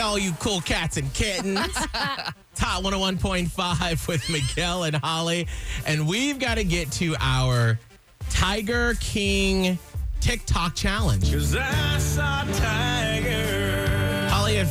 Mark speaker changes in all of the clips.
Speaker 1: all you cool cats and kittens. Top 101.5 with Miguel and Holly. And we've got to get to our Tiger King TikTok challenge.
Speaker 2: Cause I saw Tiger.
Speaker 1: Holly, if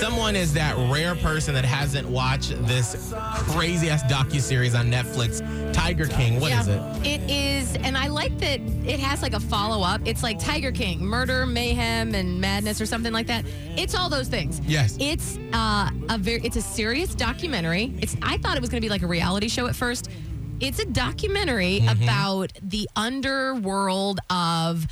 Speaker 1: someone is that rare person that hasn't watched this crazy ass docuseries on Netflix, Tiger King, What is it?
Speaker 3: It is, and I like that it has like a follow up. It's like Tiger King, Murder, Mayhem, and Madness, or something like that. It's all those things.
Speaker 1: Yes.
Speaker 3: It's uh, a very, it's a serious documentary. It's. I thought it was going to be like a reality show at first. It's a documentary
Speaker 1: Mm-hmm.
Speaker 3: about the underworld of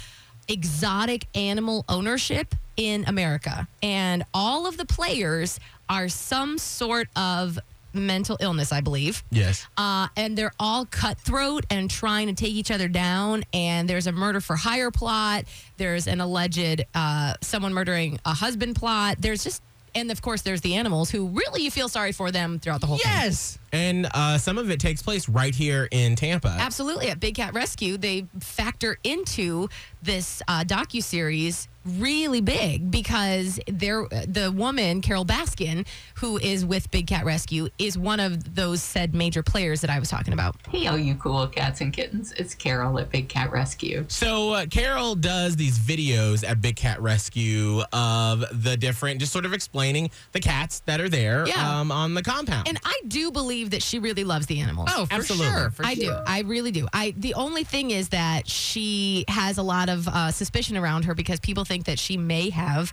Speaker 3: exotic animal ownership in America, and all of the players are some sort of mental illness, I believe
Speaker 1: Yes.
Speaker 3: uh, and they're all cutthroat and trying to take each other down. And there's a murder for hire plot. There's an alleged uh, someone murdering a husband plot. There's just and of course there's the animals who really you feel sorry for them throughout the whole thing.
Speaker 1: Yes. And uh, some of it takes place right here in Tampa.
Speaker 3: Absolutely, at Big Cat Rescue, they factor into this uh, docu series really big because there the woman Carol Baskin, who is with Big Cat Rescue, is one of those said major players that I was talking about.
Speaker 4: Hey, all you cool cats and kittens. It's Carol at Big Cat Rescue.
Speaker 1: So uh, Carol does these videos at Big Cat Rescue of the different, just sort of explaining the cats that are there
Speaker 3: Yeah.
Speaker 1: um, on the compound.
Speaker 3: And I do believe that she really loves the animals.
Speaker 1: Oh, for Absolutely. sure, for
Speaker 3: I do. I really do. I the only thing is that she has a lot of uh, suspicion around her because people think that she may have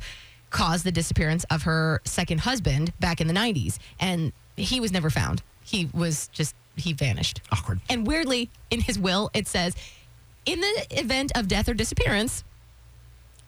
Speaker 3: caused the disappearance of her second husband back in the 90s and he was never found. He was just he vanished.
Speaker 1: Awkward.
Speaker 3: And weirdly, in his will it says in the event of death or disappearance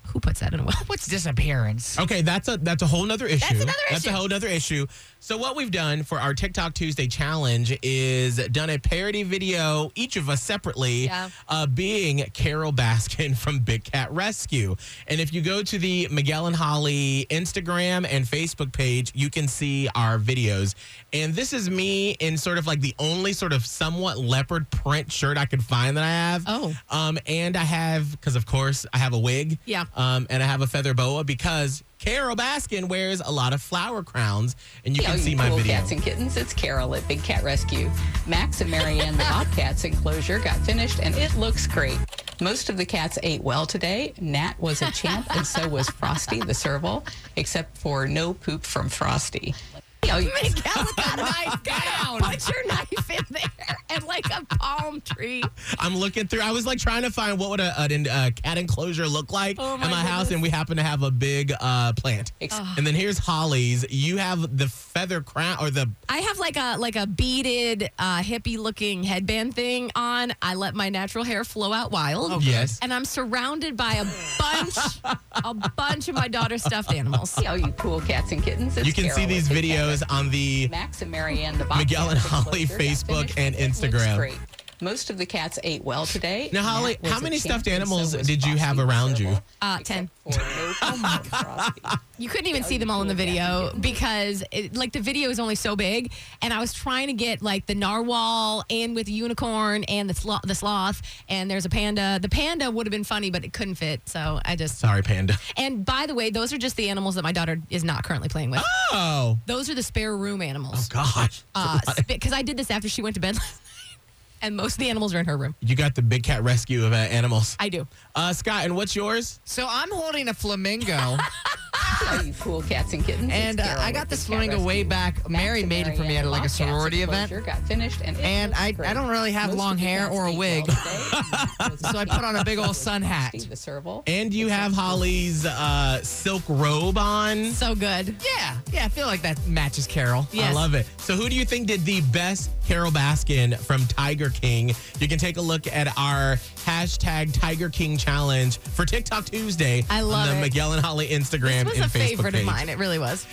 Speaker 3: who puts that in a will?
Speaker 5: What's disappearance?
Speaker 1: Okay, that's a that's a whole nother issue.
Speaker 3: another
Speaker 1: That's a
Speaker 3: issue.
Speaker 1: whole nother issue. So what we've done for our TikTok Tuesday challenge is done a parody video, each of us separately,
Speaker 3: Yeah.
Speaker 1: uh, being Carol Baskin from Big Cat Rescue. And if you go to the Miguel and Holly Instagram and Facebook page, you can see our videos. And this is me in sort of like the only sort of somewhat leopard print shirt I could find that I have.
Speaker 3: Oh.
Speaker 1: Um, and I have, because of course I have a wig.
Speaker 3: Yeah.
Speaker 1: Um, and I have a feather boa because Carol Baskin wears a lot of flower crowns, and you
Speaker 4: Hey, all
Speaker 1: can see
Speaker 4: you
Speaker 1: my
Speaker 4: cool
Speaker 1: video.
Speaker 4: cats and kittens. It's Carol at Big Cat Rescue. Max and Marianne, the Bobcats enclosure, got finished and it looks great. Most of the cats ate well today. Nat was a champ and so was Frosty, the serval, except for no poop from Frosty. Hey, all you-
Speaker 3: Cal's got a knife down. Put your knife in there and like a palm tree.
Speaker 1: I'm looking through. I was like trying to find what would a, an- a cat enclosure look like
Speaker 3: Oh,
Speaker 1: at
Speaker 3: my
Speaker 1: my house,
Speaker 3: goodness.
Speaker 1: and we happen to have a big uh, plant.
Speaker 4: Ex-
Speaker 1: And then here's Holly's. You have the feather crown or the
Speaker 3: I have like a like a beaded uh, hippie looking headband thing on. I let my natural hair flow out wild.
Speaker 1: yes.
Speaker 3: And I'm surrounded by a bunch, a bunch of my daughter's stuffed animals.
Speaker 4: Hey, all you cool cats and kittens. It's
Speaker 1: You can see
Speaker 4: Carol
Speaker 1: these
Speaker 4: at Big Cat
Speaker 1: videos
Speaker 4: Rescue.
Speaker 1: on the.
Speaker 4: Max and Marianne, the Bobcats
Speaker 1: Miguel and Holly
Speaker 4: enclosure, got
Speaker 1: Facebook
Speaker 4: finished
Speaker 1: and
Speaker 4: it looks
Speaker 1: Instagram.
Speaker 4: great. Most of the cats ate well today.
Speaker 1: Now, Holly,
Speaker 4: Nat was
Speaker 1: how
Speaker 4: a
Speaker 1: many
Speaker 4: champ,
Speaker 1: stuffed
Speaker 4: and
Speaker 1: animals
Speaker 4: was
Speaker 1: did you have
Speaker 4: Frosty,
Speaker 1: around
Speaker 4: the
Speaker 1: you? Oh,
Speaker 3: Uh,
Speaker 4: serval, except
Speaker 3: 10.
Speaker 4: for no poop from Frosty.
Speaker 3: You couldn't even see them all in the video because it, like the video is only so big, and I was trying to get like the narwhal and with unicorn and the sloth, the sloth, and there's a panda. The panda would have been funny, but it couldn't fit, so I just.
Speaker 1: Sorry, Panda.
Speaker 3: And by the way, those are just the animals that my daughter is not currently playing with.
Speaker 1: Oh,
Speaker 3: Those are the spare room animals.
Speaker 1: gosh.
Speaker 3: Uh, because I did this after she went to bed last night, and most of the animals are in her room.
Speaker 1: you got the big cat rescue of uh, animals.
Speaker 3: I do.
Speaker 1: Uh, Scott, and what's yours?
Speaker 5: So I'm holding a flamingo,
Speaker 4: All you cool cats and kittens.
Speaker 5: and
Speaker 4: It's
Speaker 5: uh,
Speaker 4: Carol
Speaker 5: I got
Speaker 4: with
Speaker 5: this
Speaker 4: Big Cat
Speaker 5: flamingo way
Speaker 4: Rescue.
Speaker 5: back.
Speaker 4: Max
Speaker 5: Mary
Speaker 4: and
Speaker 5: made it for me
Speaker 4: Marianne,
Speaker 5: at like a
Speaker 4: Bobcats
Speaker 5: sorority event.
Speaker 4: enclosure Got finished and it
Speaker 5: And
Speaker 4: looks
Speaker 5: I- I
Speaker 4: great.
Speaker 5: don't really have
Speaker 4: Most
Speaker 5: long
Speaker 4: of the
Speaker 5: hair
Speaker 4: cats
Speaker 5: or a
Speaker 4: ate
Speaker 5: wig.
Speaker 4: well today. Nat was a
Speaker 5: So I
Speaker 4: champ
Speaker 5: put on a big
Speaker 4: and
Speaker 5: old
Speaker 4: so
Speaker 5: sun
Speaker 4: was
Speaker 5: hat.
Speaker 4: Frosty, the serval,
Speaker 1: And you
Speaker 4: except
Speaker 1: have
Speaker 4: for
Speaker 1: Holly's uh, silk robe on.
Speaker 3: So good.
Speaker 5: Yeah, yeah, I feel like that matches Carol.
Speaker 3: Yes.
Speaker 1: I love it. So, who do you think did the best Carol Baskin from Tiger King? You can take a look at our hashtag Tiger King challenge for TikTok Tuesday
Speaker 3: I love
Speaker 1: on the
Speaker 3: it.
Speaker 1: Miguel and Holly Instagram
Speaker 3: This was
Speaker 1: and
Speaker 3: a
Speaker 1: Facebook
Speaker 3: favorite
Speaker 1: page.
Speaker 3: of mine. It really was.